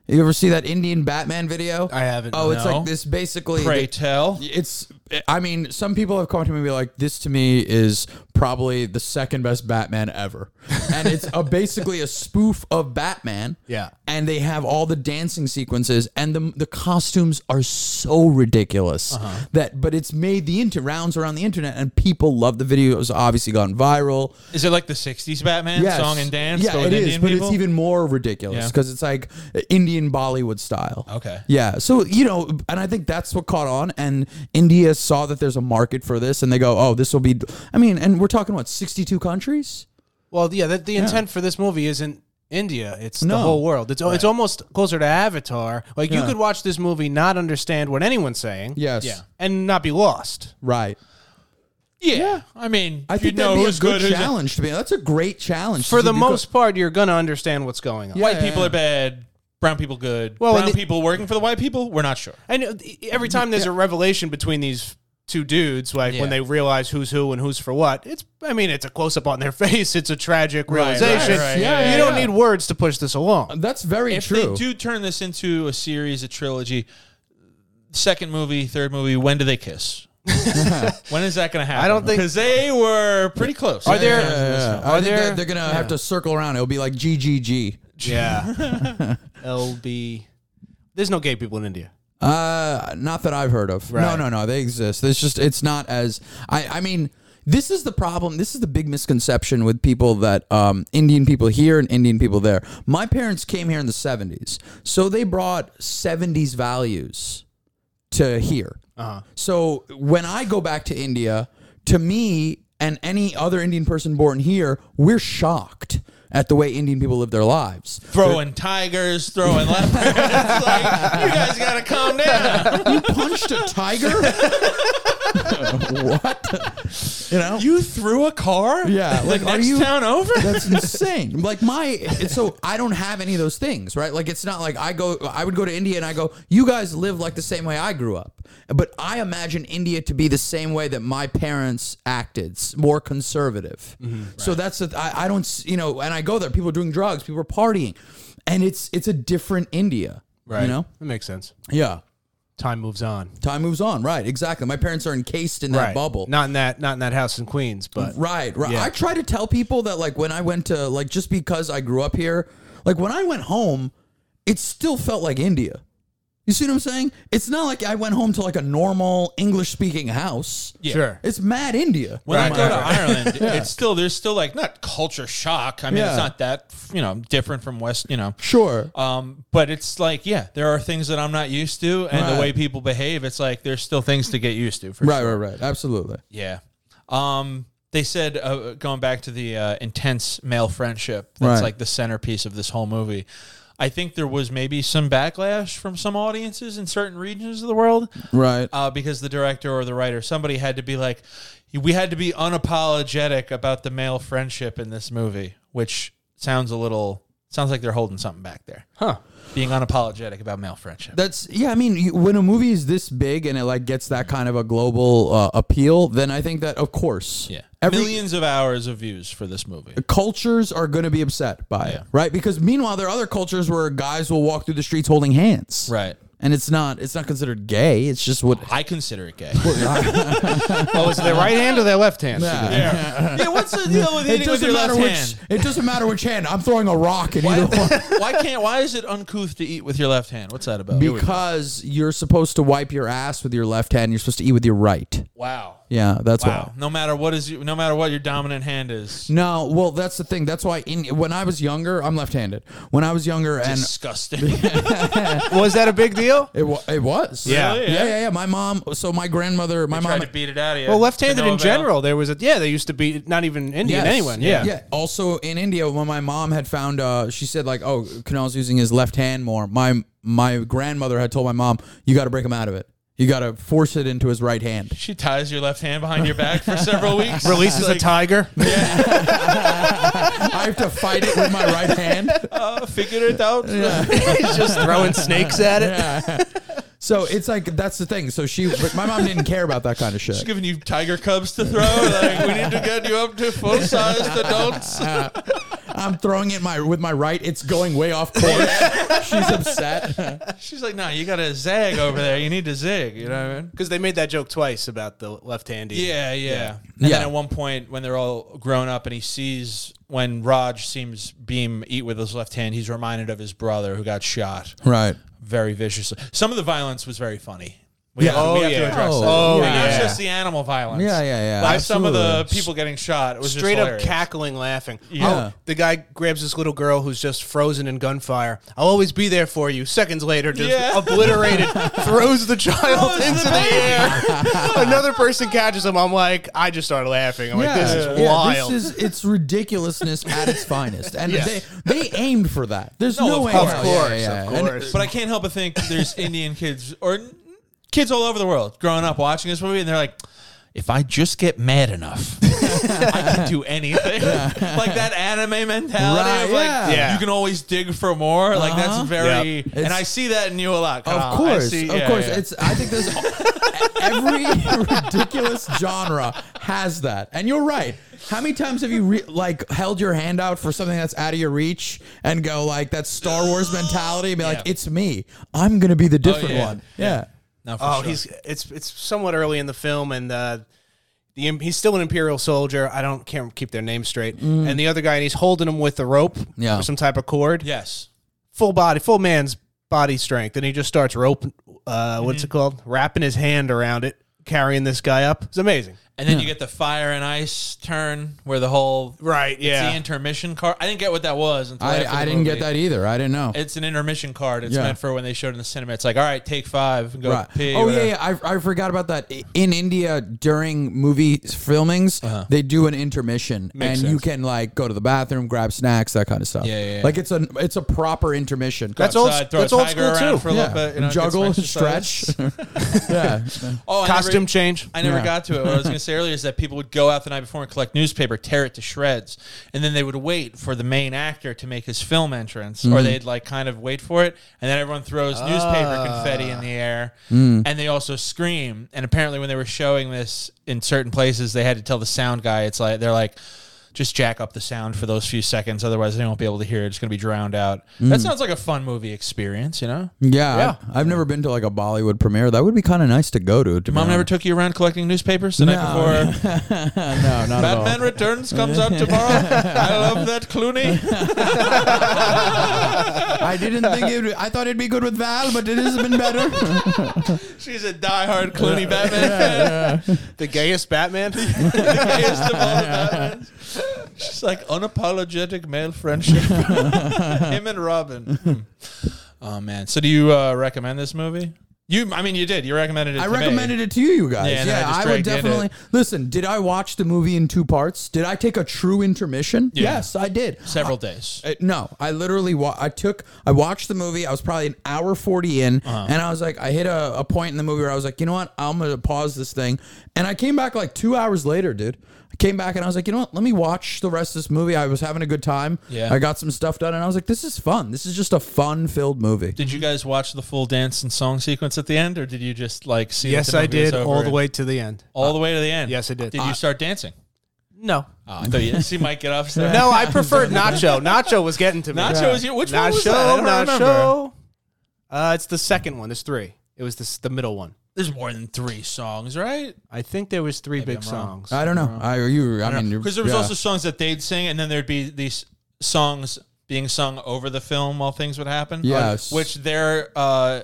You ever see that Indian Batman video?
I haven't,
Oh, it's
no.
like this basically.
Pray tell.
It's. I mean, some people have come to me and be like, "This to me is probably the second best Batman ever," and it's a basically a spoof of Batman.
Yeah.
and they have all the dancing sequences, and the the costumes are so ridiculous
Uh-huh.
that. But it's made the inter rounds around the internet, and people love the video. It was obviously gone viral.
Is it like the '60s Batman
Yes.
song and dance?
Yeah,
but
it
with
is,
Indian
but
people?
it's even more ridiculous
Yeah. Oh.
because it's like Indian Bollywood style.
Okay.
Yeah, so you know, and I think that's what caught on, and India saw that there's a market for this, and they go, "Oh, this will be." I mean, and we're talking what 62 countries.
well, yeah. The, the intent for this movie isn't India. It's
No.
the whole world. It's it's almost closer to Avatar. Like you could watch this movie, not understand what anyone's saying.
Yes.
Yeah.
And not be lost.
Right.
yeah. I mean,
I
you
think
know
that'd be
who's
a good,
who's
challenge to me. That's a great challenge
For
to
the
do
most part, you're gonna understand what's going on.
Yeah.
White people are bad. Brown people good.
Well,
brown
and the-
people working for the white people. We're not sure.
And uh, e- every time there's a revelation between these two dudes, like
Yeah.
when they realize who's who and who's for what, it's I mean, it's a close up on their face. It's a tragic
Right, right,
realization.
right,
yeah, yeah,
you don't
yeah.
need words to push this along.
That's very
If
true.
they do turn this into a series, a trilogy, second movie, third movie, when do they kiss? when is that going to happen?
I don't think-
because they were pretty close.
Are there
Yeah, yeah.
are
I think
there
they're, they're gonna have to circle around. It'll be like GGG.
Yeah. LB There's no gay people in India.
Uh, not that I've heard of. No,
Right.
no, no. They exist. It's just it's not as I. I mean, This is the problem. This is the big misconception with people that um, Indian people here and Indian people there. My parents came here in the 70s, so they brought 70s values to here. So when I go back to India, to me and any other Indian person born here, we're shocked at the way Indian people live their lives.
Throwing tigers, throwing leopards. It's like, you guys got to calm down.
You punched a tiger? what? You know?
You threw a car?
Yeah,
The
like, are
next
you-
town over?
That's insane. Like my, it's so I don't have any of those things, right? Like it's not like I go, I would go to India and I go, you guys live like the same way I grew up, but I imagine India to be the same way that my parents acted, s- more conservative. So that's the I, I don't, s- you know, and I go there, people are doing drugs, people are partying, and it's it's a different India, right? You know,
That makes sense.
yeah.
Time moves on.
Time moves on, right? Exactly. My parents are encased in that bubble.
Not in that. Not in that house in Queens, but
Right, right.
Yeah.
I try to tell people that like when I went to like just because I grew up here, like when I went home, it still felt like India. You see what I'm saying? It's not like I went home to like a normal English speaking house.
sure.
It's mad India.
When
Right,
I go to
right, right.
Ireland, it's still there's still like not culture shock. I mean,
Yeah.
it's not that you know different from West, you know.
Sure.
Um, but it's like yeah, there are things that I'm not used to, and
Right.
the way people behave, it's like there's still things to get used to. For
Right,
sure.
right, right. Absolutely.
Yeah. Um, they said uh, going back to the uh, intense male friendship that's
Right.
like the centerpiece of this whole movie. I think there was maybe some backlash from some audiences in certain regions of the world
Right.
uh, because the director or the writer, somebody had to be like, we had to be unapologetic about the male friendship in this movie, which sounds a little sounds like they're holding something back there.
Huh.
Being unapologetic about male friendship.
That's yeah. I mean, you, when a movie is this big and it like gets that kind of a global uh, appeal, then I think that of course,
yeah.
every,
Millions of hours of views for this movie.
cultures are going to be upset by it, right? Because meanwhile, there are other cultures where guys will walk through the streets holding hands,
Right.
And it's not it's not considered gay. It's just what.
I consider it gay.
Oh, is it their right hand or their left hand?
yeah. yeah, what's the deal with eating
It
with your
doesn't matter
left
which.
hand?
It doesn't matter which hand. I'm throwing a rock in either one
why can't? Why is it uncouth to eat with your left hand? What's that about?
because you're supposed to wipe your ass with your left hand. You're supposed to eat with your right.
wow,
Yeah, that's why.
wow. No matter what is, no matter what your dominant hand is,
No, well, that's the thing. That's why in when I was younger, I'm left-handed. When I was younger, and
disgusting.
Was that a big deal?
it, wa- it was.
Yeah.
yeah, yeah, yeah. My mom. So my grandmother, my mom
Tried to beat it out of you.
Well,
To
left-handed
no
in
avail.
general, there was a yeah. They used to be not even Indian,
Yes.
anyone. Yeah.
Yeah. Also in India, when my mom had found, uh, she said like, "Oh, Kunal's using his left hand more." My my grandmother had told my mom, "You got to break him out of it. You got to force it into his right hand."
She ties your left hand behind your back for several weeks.
Releases a tiger.
I have to fight it with my right hand.
Uh, figure it out.
He's just throwing snakes at it.
So it's like that's the thing. So she, but my mom didn't care about that kind of
She's
shit.
giving you tiger cubs to throw. Like we need to get you up to full-sized adults.
I'm throwing it my with my right. It's going way off course. She's upset.
She's like, no, you got to zag over there. You need to zig. You know what I mean?
Because they made that joke twice about the left-handed.
Yeah, yeah. And
Yeah.
then at one point, when they're all grown up, and he sees when Raj seems Beam eat with his left hand, he's reminded of his brother who got shot
Right.
very viciously. Some of the violence was very funny. We
Yeah.
have, we
Oh,
have
yeah.
to address
Oh,
that.
oh,
Like,
yeah.
Not just the animal violence.
Yeah, yeah, yeah,
Like some of the
absolutely.
people getting shot. It was
Straight up
cat.
cackling, laughing.
Yeah.
Oh, the guy grabs this little girl who's just frozen in gunfire. I'll always be there for you. Seconds later, just
Yeah.
obliterated, throws the child
Throws
into
the
the, air. Another person catches him. I'm like, I just started laughing. I'm like, this is
Yeah,
wild.
this is it's ridiculousness at its finest, and
Yes.
they they aimed for that. There's no,
No, of
way.
course.
around.
of
Yeah,
course,
yeah,
of
yeah. And-
course.
But I can't help but think there's Indian kids or n- kids all over the world growing up watching this movie, and they're like, if I just get mad enough, I can do anything. like that anime mentality
Right,
of like,
yeah. Uh-huh.
Yeah.
you can always dig for more. Like that's very,
Yep.
and
It's-
I see that in you a lot. Kyle. Ah, I
Of course,
see-
of
yeah,
course.
yeah.
It's I think there's every ridiculous genre has that, and you're right. How many times have you re- like held your hand out for something that's out of your reach and go like that Star Wars mentality and be like,
Yeah. Oh,
"It's me. I'm gonna be the different
yeah.
one." Yeah.
No, for
Oh,
sure.
he's it's it's somewhat early in the film, and uh, the im- he's still an imperial soldier. I don't can't keep their names straight. And the other guy, and he's holding him with a rope,
Mm. Yeah.
or some type of cord,
yes.
full body, full man's body strength, and he just Mm-hmm. starts rope. Uh, What's it called? Wrapping his hand around it, carrying this guy up. It's amazing.
and then you get the fire and ice turn where the whole
Right,
it's
yeah.
the intermission card. I didn't get what that was until
I,
after
I
the
didn't get
movie.
that either. I didn't know.
It's an intermission card. It's
Yeah.
meant for when they showed in the cinema. It's like, all right, take five and go
Right.
pee.
oh yeah,
whatever.
yeah. I, I forgot about that. I- In India, during movie filmings, they do an intermission, and
Makes
you
sense.
can like go to the bathroom, grab snacks, that kind of stuff.
Yeah, yeah, yeah.
Like it's a it's a proper intermission.
That's
So
old.
I'd throw
That's
a
old
tiger
school
around
too.
For a
yeah.
little bit, you know, get some
Juggle,
exercise.
stretch. yeah,
Oh, I never-
Costume change.
I never
Yeah.
got to it. What I was going to say earlier is that people would go out the night before and collect newspaper, tear it to shreds, and then they would wait for the main actor to make his film entrance,
Mm-hmm.
or they'd like kind of wait for it, and then everyone throws
Ah.
newspaper confetti in the air,
Mm.
and they also scream. And apparently, when they were showing this in certain places, they had to tell the sound guy, it's like they're like. Just jack up the sound for those few seconds, otherwise they won't be able to hear it. It's going to be drowned out.
Mm.
That sounds like a fun movie experience, you know.
yeah. I, have never been to like a Bollywood premiere. That would be kind of nice to go to. to be
Mom never
honest.
took you around collecting newspapers the night
No.
before
no, not at all.
Batman Returns comes out tomorrow. I love that Clooney.
I didn't think it. would- I thought it'd be good with Val, but it has been better.
She's a diehard Clooney Batman fan.
The gayest Batman.
The gayest of all the Batmans. She's like unapologetic male friendship. Him and Robin. Hmm. Oh man. So do you uh, recommend this movie? You, I mean, you did. You recommended it.
I
to me.
recommended it to you, you guys.
Yeah,
Yeah,
and then I just
I, would
dragged in
definitely
it.
listen. Did I watch the movie in two parts? Did I take a true intermission?
Yeah.
Yes, I did.
several days.
Uh, no, I literally wa- I took I watched the movie. I was probably an hour forty in,
Uh-huh.
and I was like, I hit a, a point in the movie where I was like, you know what, I'm gonna pause this thing, and I came back like two hours later, dude. I came back and I was like, you know what, let me watch the rest of this movie. I was having a good time.
Yeah.
I got some stuff done, and I was like, this is fun. This is just a fun filled movie.
Did you guys watch the full dance and song sequence at the end, or did you just like see? that
yes,
the
I
movie was
did
over
all the
and-
way to the end.
all the way to the end.
Yes, I did. Uh,
Did you start dancing?
No.
Oh, I thought you see Mike get off.
No, I preferred Nacho. Nacho was getting to me.
Nacho
Yeah.
was your- which
Nacho,
one was that? I don't
Nacho. Uh, it's the second one. There's three. It was this, the middle one.
There's more than three songs, right?
I think there was three big
I'm wrong.
songs.
I don't
uh-huh.
know. I you. I, mean,
Because there was
yeah.
also songs that they'd sing, and then there'd be these songs being sung over the film while things would happen.
Yes.
On- which their uh,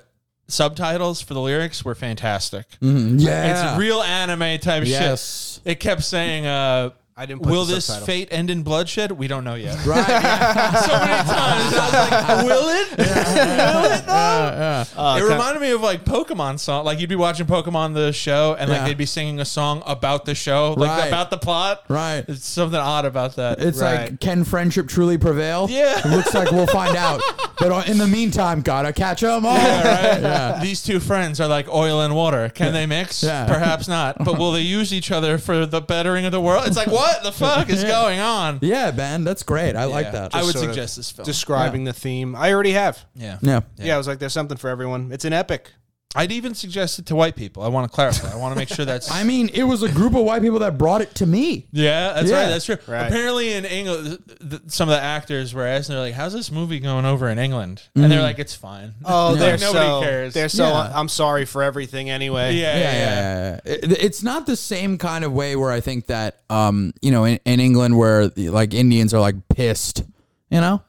subtitles for the lyrics were fantastic.
Mm-hmm. yeah.
It's real anime type
Yes.
shit. It kept saying, uh,
I didn't put
"Will
the
this
subtitle.
fate end in bloodshed? We don't know yet."
Right,
so many times. I was like, "Will it? Will it?"
Uh,
Oh,
it
can-
reminded me of like Pokemon song. Like you'd be watching Pokemon the show, and like
Yeah.
they'd be singing a song about the show, like
Right.
about the plot.
Right.
It's something odd about that.
It's
Right.
like, can friendship truly prevail?
Yeah.
It looks like we'll find out. But uh, in the meantime, gotta catch 'em all.
Yeah, right? These two friends are like oil and water. Can they mix?
Yeah.
Perhaps not. But will they use each other for the bettering of the world? It's like what the fuck is going on?
Yeah, man, that's great. I like
Yeah.
that.
I would
sort of
suggest this film.
Describing the theme. I already have.
yeah.
yeah.
Yeah. I was like, there's something for everyone. It's an epic.
I'd even suggest it to white people. I want to clarify. I want to make sure that's.
I mean, it was a group of white people that brought it to me.
Yeah, that's
Yeah.
right. That's true.
Right.
Apparently, in England, th- th- some of the actors were asked, and they're like, "How's this movie going over in England?" And they're like, "It's fine."
Oh,
Like,
they're so. They're so.
Yeah.
I'm sorry for everything
yeah,
anyway.
yeah,
Yeah,
yeah.
yeah, yeah. It- It's not the same kind of way where I think that, um, you know, in, in England where the, like Indians are like pissed, you know?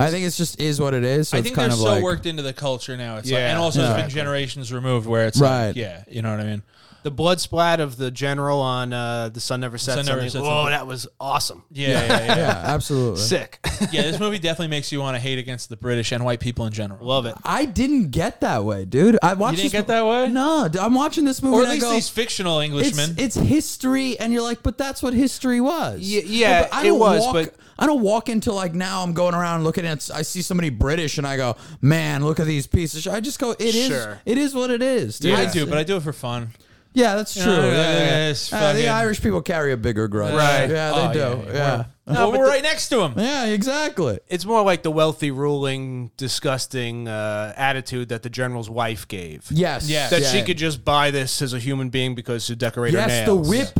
I think it's just is what it is. So
I
it's
think
kind
they're
of
so
like,
worked into the culture now. It's like,
Yeah.
and also it's been
Exactly.
generations removed where it's
Right.
like, yeah, you know what I mean.
The blood splat of the general on uh, the sun never sets.
Sun Never
on me.
Sets on
Whoa,
me.
that was awesome.
Yeah, yeah, yeah.
yeah,
yeah.
absolutely.
Sick.
this movie definitely makes you want to hate against the British and white people in general.
Love it.
I didn't get that way, dude. I watched.
didn't
this
get
mo-
that way?
No, dude, I'm watching this movie.
or at
and I
least
go,
these fictional Englishmen.
It's, it's history, and you're like, but that's what history was.
Ye- yeah,
But I
it
don't
was,
Walk,
but-
I don't walk into like now. I'm going around looking at. I see somebody British, and I go, man, look at these pieces. I just go, it is.
Sure.
It is what it is. Dude.
I
It's-
do, but I do it for fun.
yeah, that's true.
know,
Yeah,
yeah,
yeah, yeah.
it's
Uh, the
fucking-
Irish people carry a bigger grudge.
Right.
Yeah, they
Oh,
do.
yeah,
Yeah.
yeah.
Yeah.
No, but we're right next to him.
exactly.
It's more like the wealthy, ruling, disgusting uh, attitude that the general's wife gave.
Yes.
Yeah.
That
yeah.
she could just buy this as a human being because she decorated her
Yes, the
nails.
whip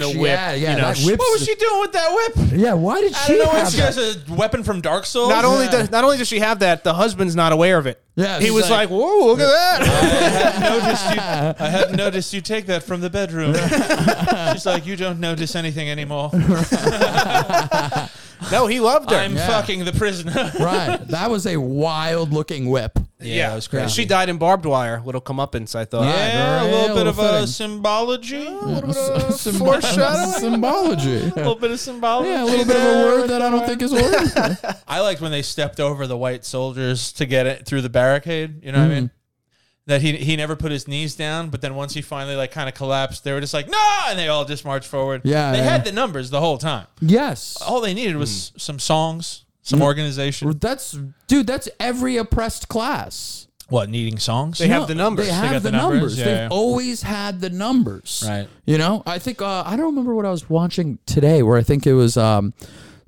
And the whip,
Yeah, yeah.
you know,
that
she-
whip.
What was she doing with that whip?
Yeah, why did
I
she
don't know.
have
She
that?
has a weapon from Dark Souls.
Not only does not only does she have that, the husband's not aware of it.
Yeah,
he
she's
was like,
like-
"Whoa, look at that!"
noticed you, I hadn't noticed you take that from the bedroom. She's like, you don't notice anything anymore.
No, he loved her.
I'm
yeah.
fucking the prisoner.
right. That was a wild looking whip.
that was
And
crazy.
She died in barbed wire. Little comeuppance, I thought.
Yeah.
Yeah, a
Right,
little
a
bit
little
of a
fitting.
symbology, a little bit of
Symb-
foreshadowing, Oh,
Symbology.
a little bit of symbology.
Yeah, a little bit of a
there.
word that I don't think is word.
I liked when they stepped over the white soldiers to get it through the barricade. You know what I
Mm.
mean? That he he never put his knees down, but then once he finally like kind of collapsed, they were just like no, and they all just marched forward.
Yeah,
they
yeah.
had the numbers the whole time.
yes.
All they needed was some songs,
Mm.
some organization.
That's dude, that's every oppressed class.
What needing songs?
They have the numbers.
They have
got
the
the
numbers.
numbers, yeah,
They've
yeah.
always had the numbers.
Right.
You know, I think uh, I don't remember what I was watching today. Where I think it was, um,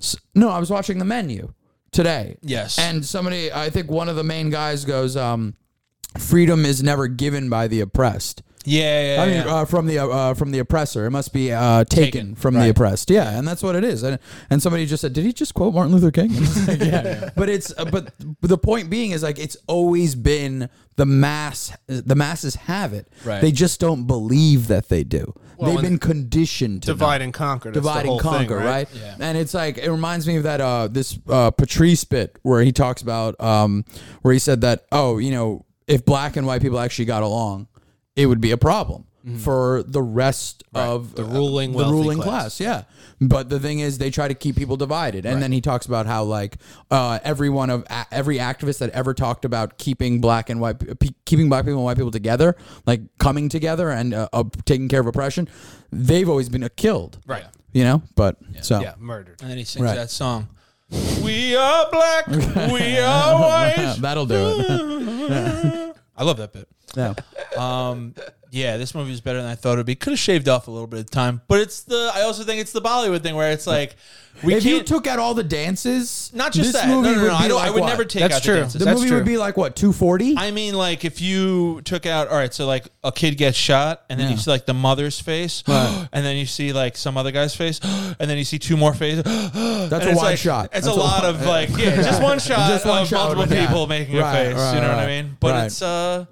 s- no, I was watching the menu today.
Yes.
And somebody, I think one of the main guys goes, um, "Freedom is never given by the oppressed."
yeah, yeah,
I mean,
yeah.
uh, from the uh, uh, from the oppressor, it must be uh, taken, from the oppressed. Yeah, and that's what it is. And and somebody just said, did he just quote Martin Luther King? yeah. But it's uh, but the point being is like it's always been the mass the masses have it.
Right.
They just don't believe that they do. They've
and
been conditioned to not
Divide and conquer. That's
divide
the whole
and conquer,
thing,
right? And it's like it reminds me of that uh, this uh, Patrice bit where he talks about um, where he said that oh you know if black and white people actually got along, it would be a problem for the rest of the
Mm-hmm. ruling
the
wealthy
ruling class.
class.
Yeah, but the thing is they try to keep people divided, and then he talks about how like uh, every one of a- every activist that ever talked about keeping black and white pe- keeping black people and white people together, like coming together and uh, uh, taking care of oppression, they've always been uh, killed
Right.
you know but so
Yeah, murdered.
And then he sings
Right.
that song. We are black. We are white.
that'll do it
I love that bit.
yeah.
Um, yeah, this movie is better than I thought it would be. Could have shaved off a little bit of time, but it's the. I also think it's the Bollywood thing where it's like we
if
can't.
you took out all the dances
not just
this
that.
movie
no, no, no.
would
I,
be
don't,
like
I would
what?
never take
That's
out
true.
the dances.
the
That's
movie
true.
would be like what 240
I mean, like if you took out, all right, so like a kid gets shot, and then you see like the mother's face, and then you see like some other guy's face, and then you see two more faces. That's
a wide shot.
It's
That's
a,
a
lot
wide-
of like, yeah, just one shot
Just one
of
shot would
multiple
be-
people
yeah.
making
Right,
a face.
right,
you know what
right.
I mean? But
Right.
it's uh,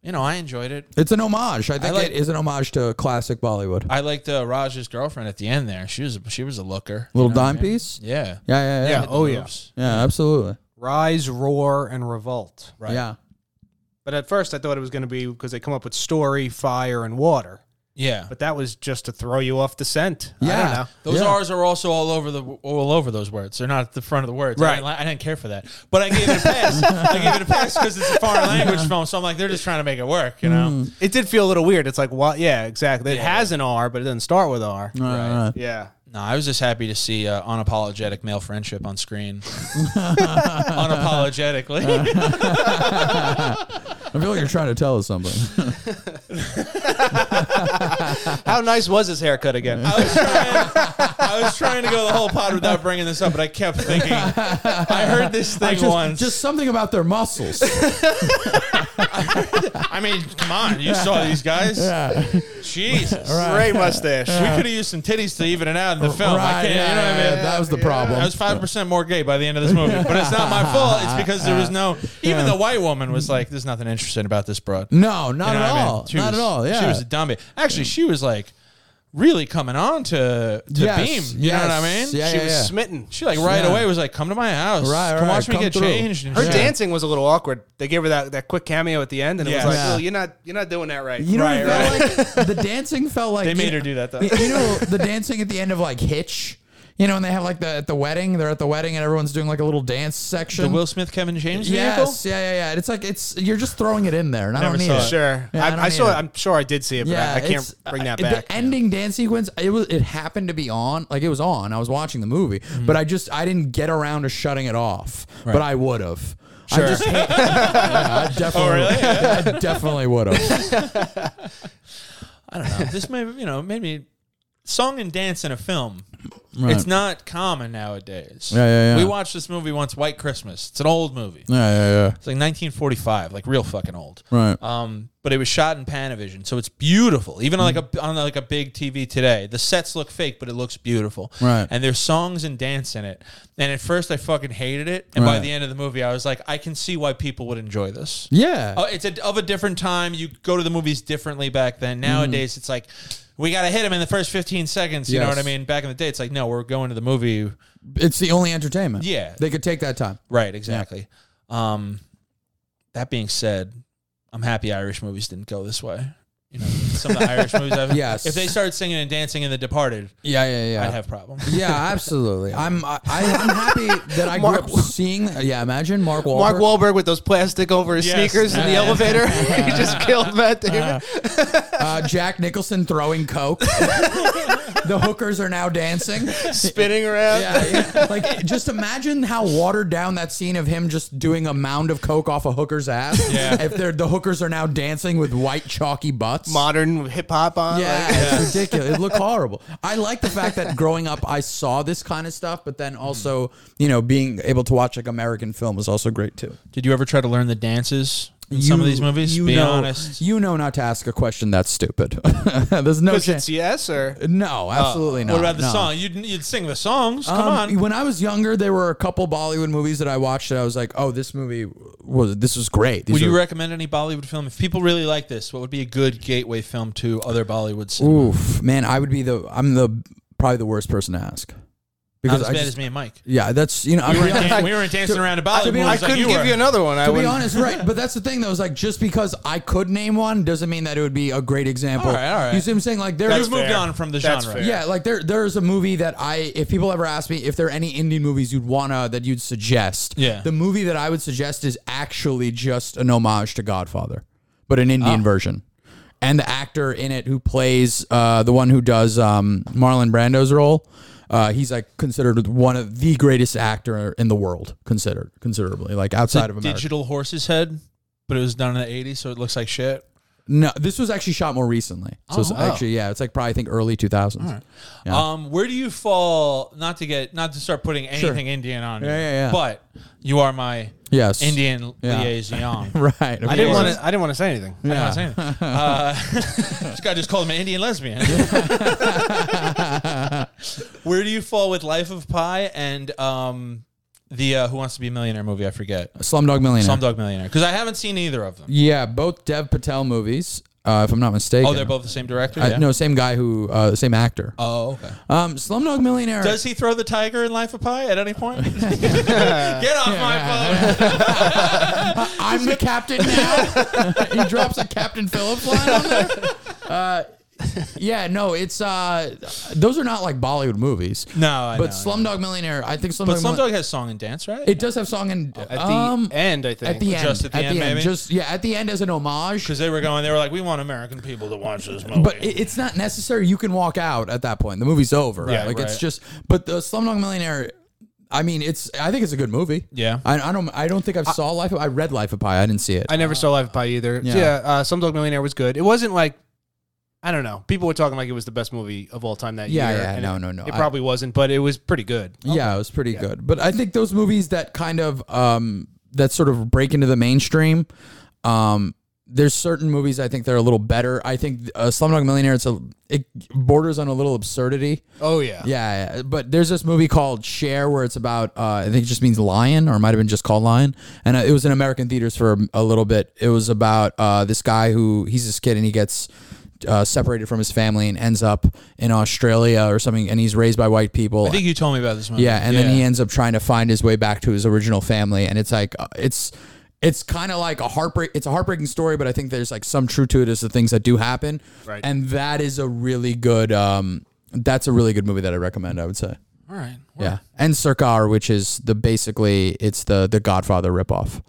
you know, I enjoyed it.
it's an homage i think
like-
it is an homage to classic bollywood
I liked uh, Raj's girlfriend at the end there. She was a, she was a looker.
little
you know what I
dime
mean?
piece
Yeah.
yeah yeah yeah
Yeah.
yeah,
Oh, yeah.
Moves.
absolutely
Rise, roar, and revolt.
Right.
yeah
But at first, I thought it was going to be because they come up with story, fire, and water.
Yeah.
But that was just to throw you off the scent. I
Yeah.
don't know.
Those
Yeah.
R's are also all over the all over those words. They're not at the front of the words. I
Right.
didn't, li- I didn't care for that, but I gave it a pass. I gave it a pass because it's a foreign language film. So I'm like, they're just trying to make it work, you know?
Mm,
It did feel a little weird. It's like, what? Yeah, exactly. It
Yeah.
has an R, but it doesn't start with R.
Right, right.
Yeah.
No, I was just happy to see uh, unapologetic male friendship on screen,
Uh.
unapologetically.
I feel like you're trying to tell us something.
How nice was his haircut again?
I was trying. I was trying to go the whole pod without bringing this up, but I kept thinking. I heard this thing
just,
once.
just something about their muscles.
I mean, come on, you saw these guys. Jesus,
Great mustache.
we could have used some titties to even it out in the film. I
Right,
can't,
yeah,
you know what I
yeah,
mean?
that was the problem.
I was five percent more gay by the end of this movie, but it's not my fault. It's because there was no. Even the white woman was like, "There's nothing interesting about this broad."
no, not
You know
at
what I mean?
all.
She
Not
was-
at all. Yeah.
she was a dumb bitch. Actually, she was like really coming on to to
Yes,
Beam. You know what I mean?
yes, Yeah,
she
yeah,
was
yeah.
smitten.
She like right
Yeah.
away was like, "Come to my house,
Right,
Come
right,
watch me
come
get
through."
changed." And
Her
shit.
dancing was a little awkward. They gave her that, that quick cameo at the end, and it
Yeah.
was like,
Yeah.
"Oh, you're not you're not doing that right.
You know,
right,
what it felt like the dancing felt like
They made
you-
her do that, though.
You know, the dancing at the end of like Hitch. You know, and they have like the at the wedding. They're at the wedding, and everyone's doing like a little dance section.
The Will Smith Kevin James vehicle.
yes, yeah, yeah, yeah. It's like it's you're just throwing it in there, and I
Never
don't need
saw
it.
it.
Sure,
Yeah, I
I,
don't
I saw.
either.
It. I'm sure I did see it, but
Yeah,
I, I can't
it's- uh,
bring that
I-
back.
The ending dance sequence, it was it happened to be on, like it was on. I was watching the movie,
Mm.
but I just I didn't get around to shutting it off, but I would have. I just hate, yeah, I definitely,
Oh, really?
yeah, I definitely would have.
I don't know. this may you know made me song and dance in a film. It's not common nowadays.
Yeah, yeah, yeah.
We watched this movie once, White Christmas. It's an old movie.
Yeah, yeah,
It's like 1945, like real fucking old.
yeah. Right.
Um, but it was shot in Panavision, so it's beautiful. Even on
Mm-hmm.
like a on like a big TV today, the sets look fake, but it looks beautiful.
Right.
And there's songs and dance in it. And at first, I fucking hated it. And by
Right.
the end of the movie, I was like, I can see why people would enjoy this.
yeah. Mm-hmm.
Oh, it's a, of a different time. You go to the movies differently back then. Nowadays, it's like we got to hit him in the first 15 seconds. You know
Yes.
what I mean? Back in the day, it's like, no, we're going to the movie.
It's the only entertainment.
Yeah.
They could take that time.
Right, exactly. Um, that being said, I'm happy Irish movies didn't go this way. You know, some of the Irish movies. I've,
Yes.
If they started singing and dancing in The Departed,
Yeah, yeah, yeah.
I'd have problems.
yeah, absolutely. I'm I, I'm happy that I grew
Mark
up
Wa-
seeing. Yeah, imagine Mark Wahlberg.
Mark Wahlberg with those plastic over his
Yes.
sneakers in the
Yeah.
elevator. he just killed Matt Damon.
uh, Jack Nicholson throwing coke. the hookers are now dancing.
spinning around.
Yeah, yeah. like just imagine how watered down that scene of him just doing a mound of coke off a hooker's ass.
Yeah.
if they're the hookers are now dancing with white chalky butts.
Modern hip hop on.
Yeah,
like-
it's ridiculous. It looked horrible. I like the fact that growing up, I saw this kind of stuff, but then also, you know, being able to watch like American film was also great too.
Did you ever try to learn the dances in some of these movies?
you
Be
know,
honest.
you know, not to ask a question that's stupid. There's no
'Cause
chance.
it's yes or
No,
Uh,
absolutely not.
Oh. what about the
no.
song? You'd, you'd sing the songs. Come
Um,
on.
When I was younger, there were a couple Bollywood movies that I watched that I was like, "Oh, this movie was this was great." These
Would you
are-
recommend any Bollywood film? If people really like this, what would be a good gateway film to other Bollywood cinema?
Oof, man, I would be the I'm the probably the worst person to ask
Not
because
as
I
bad
just,
as me and Mike.
yeah, that's you know
We
I'm-
weren't, dan- we weren't dancing around to Bollywood.
to be-
I
movies like
couldn't give
were.
you another one. I
To be
wouldn't.
honest, right? But that's the thing, though. Is like just because I could name one doesn't mean that it would be a great example.
All right, all right.
You see what I'm saying? Like there
You've
is,
That's
moved
fair.
on from the
That's
genre.
fair.
yeah, like there there is a movie that I, if people ever ask me if there are any Indian movies you'd wanna that you'd suggest,
Yeah.
the movie that I would suggest is actually just an homage to Godfather, but an Indian version. And the actor in it who plays uh, the one who does um, Marlon Brando's role, uh, he's like considered one of the greatest actor in the world, considered considerably, like outside of America.
digital horse's head, but it was done in the 80s, so it looks like shit.
No, this was actually shot more recently. So it's
Oh.
actually, yeah, it's like probably I think early 2000s.
Um, where do you fall? Not to get, not to start putting anything Indian on. you,
Yeah, yeah, yeah.
But you are my
Yes.
Indian
Yeah.
liaison.
Right.
I didn't want to. I didn't want to say anything.
I don't wanna say anything. Uh, this guy just called him an Indian lesbian. Where do you fall with Life of Pi and um, the uh, Who Wants to Be a Millionaire movie? I forget.
Slumdog Millionaire.
Slumdog Millionaire. Because I haven't seen either of them.
Yeah, both Dev Patel movies, uh, if I'm not mistaken.
Oh, they're both the same director?
Uh,
yeah.
No, same guy who, uh, same actor.
Oh, okay.
Um, Slumdog Millionaire.
Does he throw the tiger in Life of Pi at any point? Get off my phone.
I'm the captain now. he drops a Captain Phillips line on there. Uh, yeah, no, it's uh, those are not like Bollywood movies.
No, I
but
know, I
Slumdog Millionaire, I think Slumdog.
But
Millionaire-
Slumdog Oh, has song and dance, right?
it does have song and
At the
um,
end, I think.
at the end,
Just at the end, maybe?
just yeah, at the end as an homage.
Because they were going, they were like, we want American people to watch this movie.
But it, it's not necessary. You can walk out at that point. The movie's over.
Right,
like it's
right.
just. But the Slumdog Millionaire. I mean, it's. I think it's a good movie.
Yeah.
I, I don't. I don't think I've saw Life. Of, I read Life of Pi. I didn't see it.
I never saw Life of Pi either.
Yeah.
Yeah, uh, Some Dog Millionaire was good. It wasn't like I don't know. People were talking like it was the best movie of all time that
Yeah,
year.
yeah,
and
no,
it-
no, no.
It
I-
probably wasn't, but it was pretty good.
Yeah, it was pretty good. But I think those movies that kind of um that sort of break into the mainstream, um, there's certain movies I think they're a little better. I think uh, Slumdog Millionaire it's a it borders on a little absurdity.
Oh yeah,
Yeah, yeah. but there's this movie called Share where it's about uh, I think it just means lion or it might have been just called lion, and uh, it was in American theaters for a, a little bit. It was about uh, this guy who he's this kid and he gets. Uh, separated from his family and ends up in Australia or something, and he's raised by white people.
I think you told me about this movie.
Yeah, and then he ends up trying to find his way back to his original family, and it's like uh, it's it's kind of like a heartbreak. It's a heartbreaking story, but I think there's like some true to it as the things that do happen,
Right.
and that is a really good. um That's a really good movie that I recommend. I would say.
All right.
Yeah, and Sarkar, which is the basically it's the the Godfather ripoff.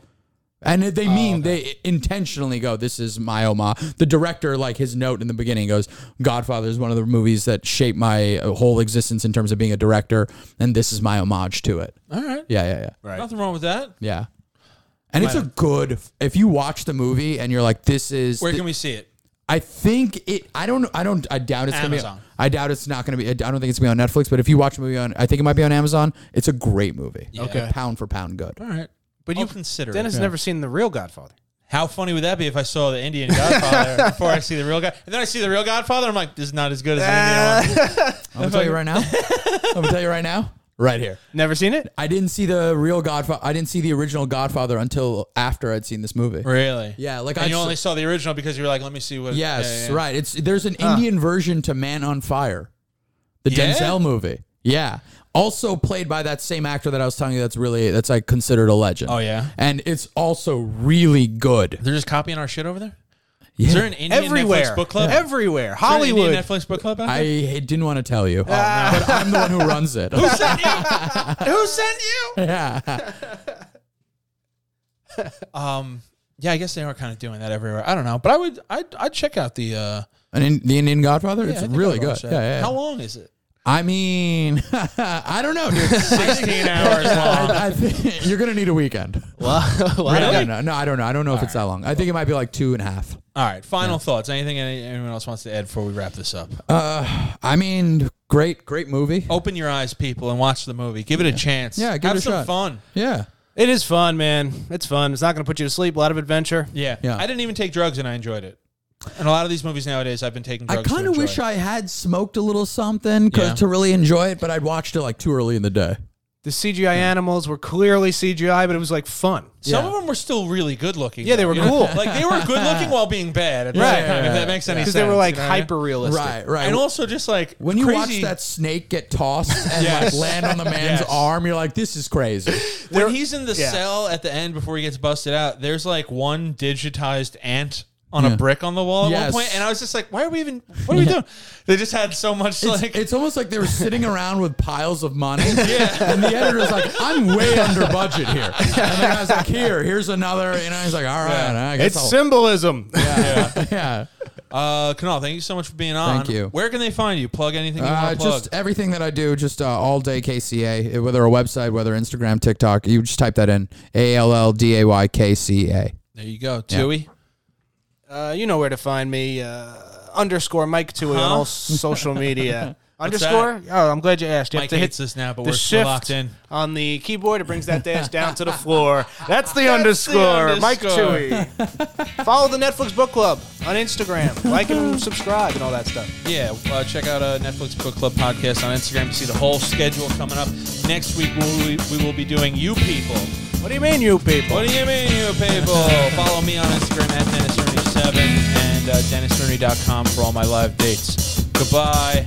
And they mean they intentionally go. This is my Oma. The director, like his note in the beginning, goes, "Godfather is one of the movies that shaped my uh, whole existence in terms of being a director, and this is my homage to it."
All right.
Yeah, yeah, yeah,
Right.
Nothing wrong with that.
yeah. And it's a good. If you watch the movie and you're like, "This is,"
Where
the-
can we see it?
I think it. I don't. I don't. I doubt it's gonna
Amazon.
be. I doubt it's not gonna be. I don't think it's gonna be on Netflix. But if you watch a movie on, I think it might be on Amazon. It's a great movie.
Okay.
Pound for pound, good.
All right. But
Oh,
you consider
Dennis
it.
never seen the real Godfather.
How funny would that be if I saw the Indian Godfather before I see the real guy? And then I see the
Ah.
real Godfather. I'm like, this is not as good as the Indian one.
I'm gonna tell you right now. I'm gonna tell you right now. right here.
Never seen it?
I didn't see the real Godfather. I didn't see the original Godfather until after I'd seen this movie.
Really?
Yeah, like
and
I
you
s-
only saw the original because you were like, let me see what.
Yes,
yeah, yeah.
right. It's there's an Indian version to Man on Fire, the
Yeah?
Denzel movie. Yeah, also played by that same actor that I was telling you. That's really that's like considered a legend.
Oh, yeah?
and it's also really good.
They're just copying our shit over there.
Yeah.
Is there an Indian
Everywhere.
Netflix book club? Is
Everywhere.
there an Indian
Hollywood.
Netflix book club. Out
I
there?
didn't want to tell
Oh,
you, but I'm the one who runs it.
Who sent you?
yeah,
Um. Yeah, I guess they are kind of doing that everywhere. I don't know, but I would. I'd, I'd check out the. Uh,
and in, the Indian Godfather.
yeah, I
it's
think
really
I'd watch
good. Yeah,
that.
yeah, yeah.
How long is it?
I mean, I don't know, dude.
Sixteen hours long.
I, I think you're gonna need a weekend. I don't know. No, I don't know. I don't know if it's that long. I think it might be like two and a half.
All right. Final thoughts. Anything any, anyone else wants to add before we wrap this up?
Uh, I mean, great, great movie.
Open your eyes, people, and watch the movie. Give it a chance.
Yeah, give
Have
it a
some
shot.
fun.
Yeah.
It is fun, man. It's fun. It's not going to put you to sleep. A lot of adventure.
Yeah.
Yeah.
I didn't even take drugs, and I enjoyed it. And a lot of these movies nowadays, I've been taking
I
drugs.
kind of wish
I.
I had smoked a little something 'cause-
Yeah.
to really enjoy it, but I'd watched it like too early in the day.
The CGI
Hmm.
animals were clearly CGI, but it was like fun.
Some of them were still really good looking.
Yeah, they
though,
were
you know?
cool.
Like they were good looking while being bad at the
Right.
same time,
Yeah,
if that makes any sense.
Because they were like
you know what I mean?
hyper realistic.
Right, right.
And also just like
when you watch
crazy,
that snake get tossed and
Yes.
like land on the man's
Yes.
arm, you're like, this is crazy.
when he's in the
yeah.
cell at the end before he gets busted out, there's like one digitized ant on a brick on the wall at
Yes.
one point, and I was just like, "Why are we even? What are we doing?" They just had so much like
It's almost like they were sitting around with piles of money. And the editor's like, I'm way under budget here. And the guy's like, here, here's another. You know, he's like, all right, I guess
It's
I'll-
symbolism.
yeah.
Uh, Kunal, thank you so much for being on.
Thank you.
Where can they find you? Plug anything you
Uh,
want to plug.
just everything that I do, just uh, all day KCA, uh, whether a website, whether Instagram, TikTok, you just type that in A L L D A Y K C A.
there you go, Tui.
Uh, you know where to find me. Uh, underscore Mike Tui on
Huh?
all social media.
What's
underscore. Oh, I'm glad you asked. You
Mike
have to hit
hates this now, but
the
we're still
shift
locked in.
on the keyboard. It brings that dash down to the floor. That's the, underscore.
underscore.
Mike Tui. Follow the Netflix Book Club on Instagram. Like and subscribe and all that stuff.
Yeah, uh, check out uh, Netflix Book Club podcast on Instagram to see the whole schedule coming up. Next week, we'll, we, we will be doing You People.
What do you mean, you people?
What do you mean, You People? Follow me on Instagram at DennisRooney7 and uh, DennisRooney.com for all my live dates. Goodbye.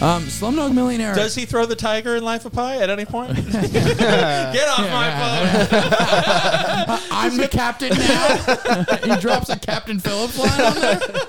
Um, Slumdog Millionaire.
Does he throw the tiger in Life of Pi at any point? Get off my phone.
I'm the captain now. he drops a Captain Phillips line on there.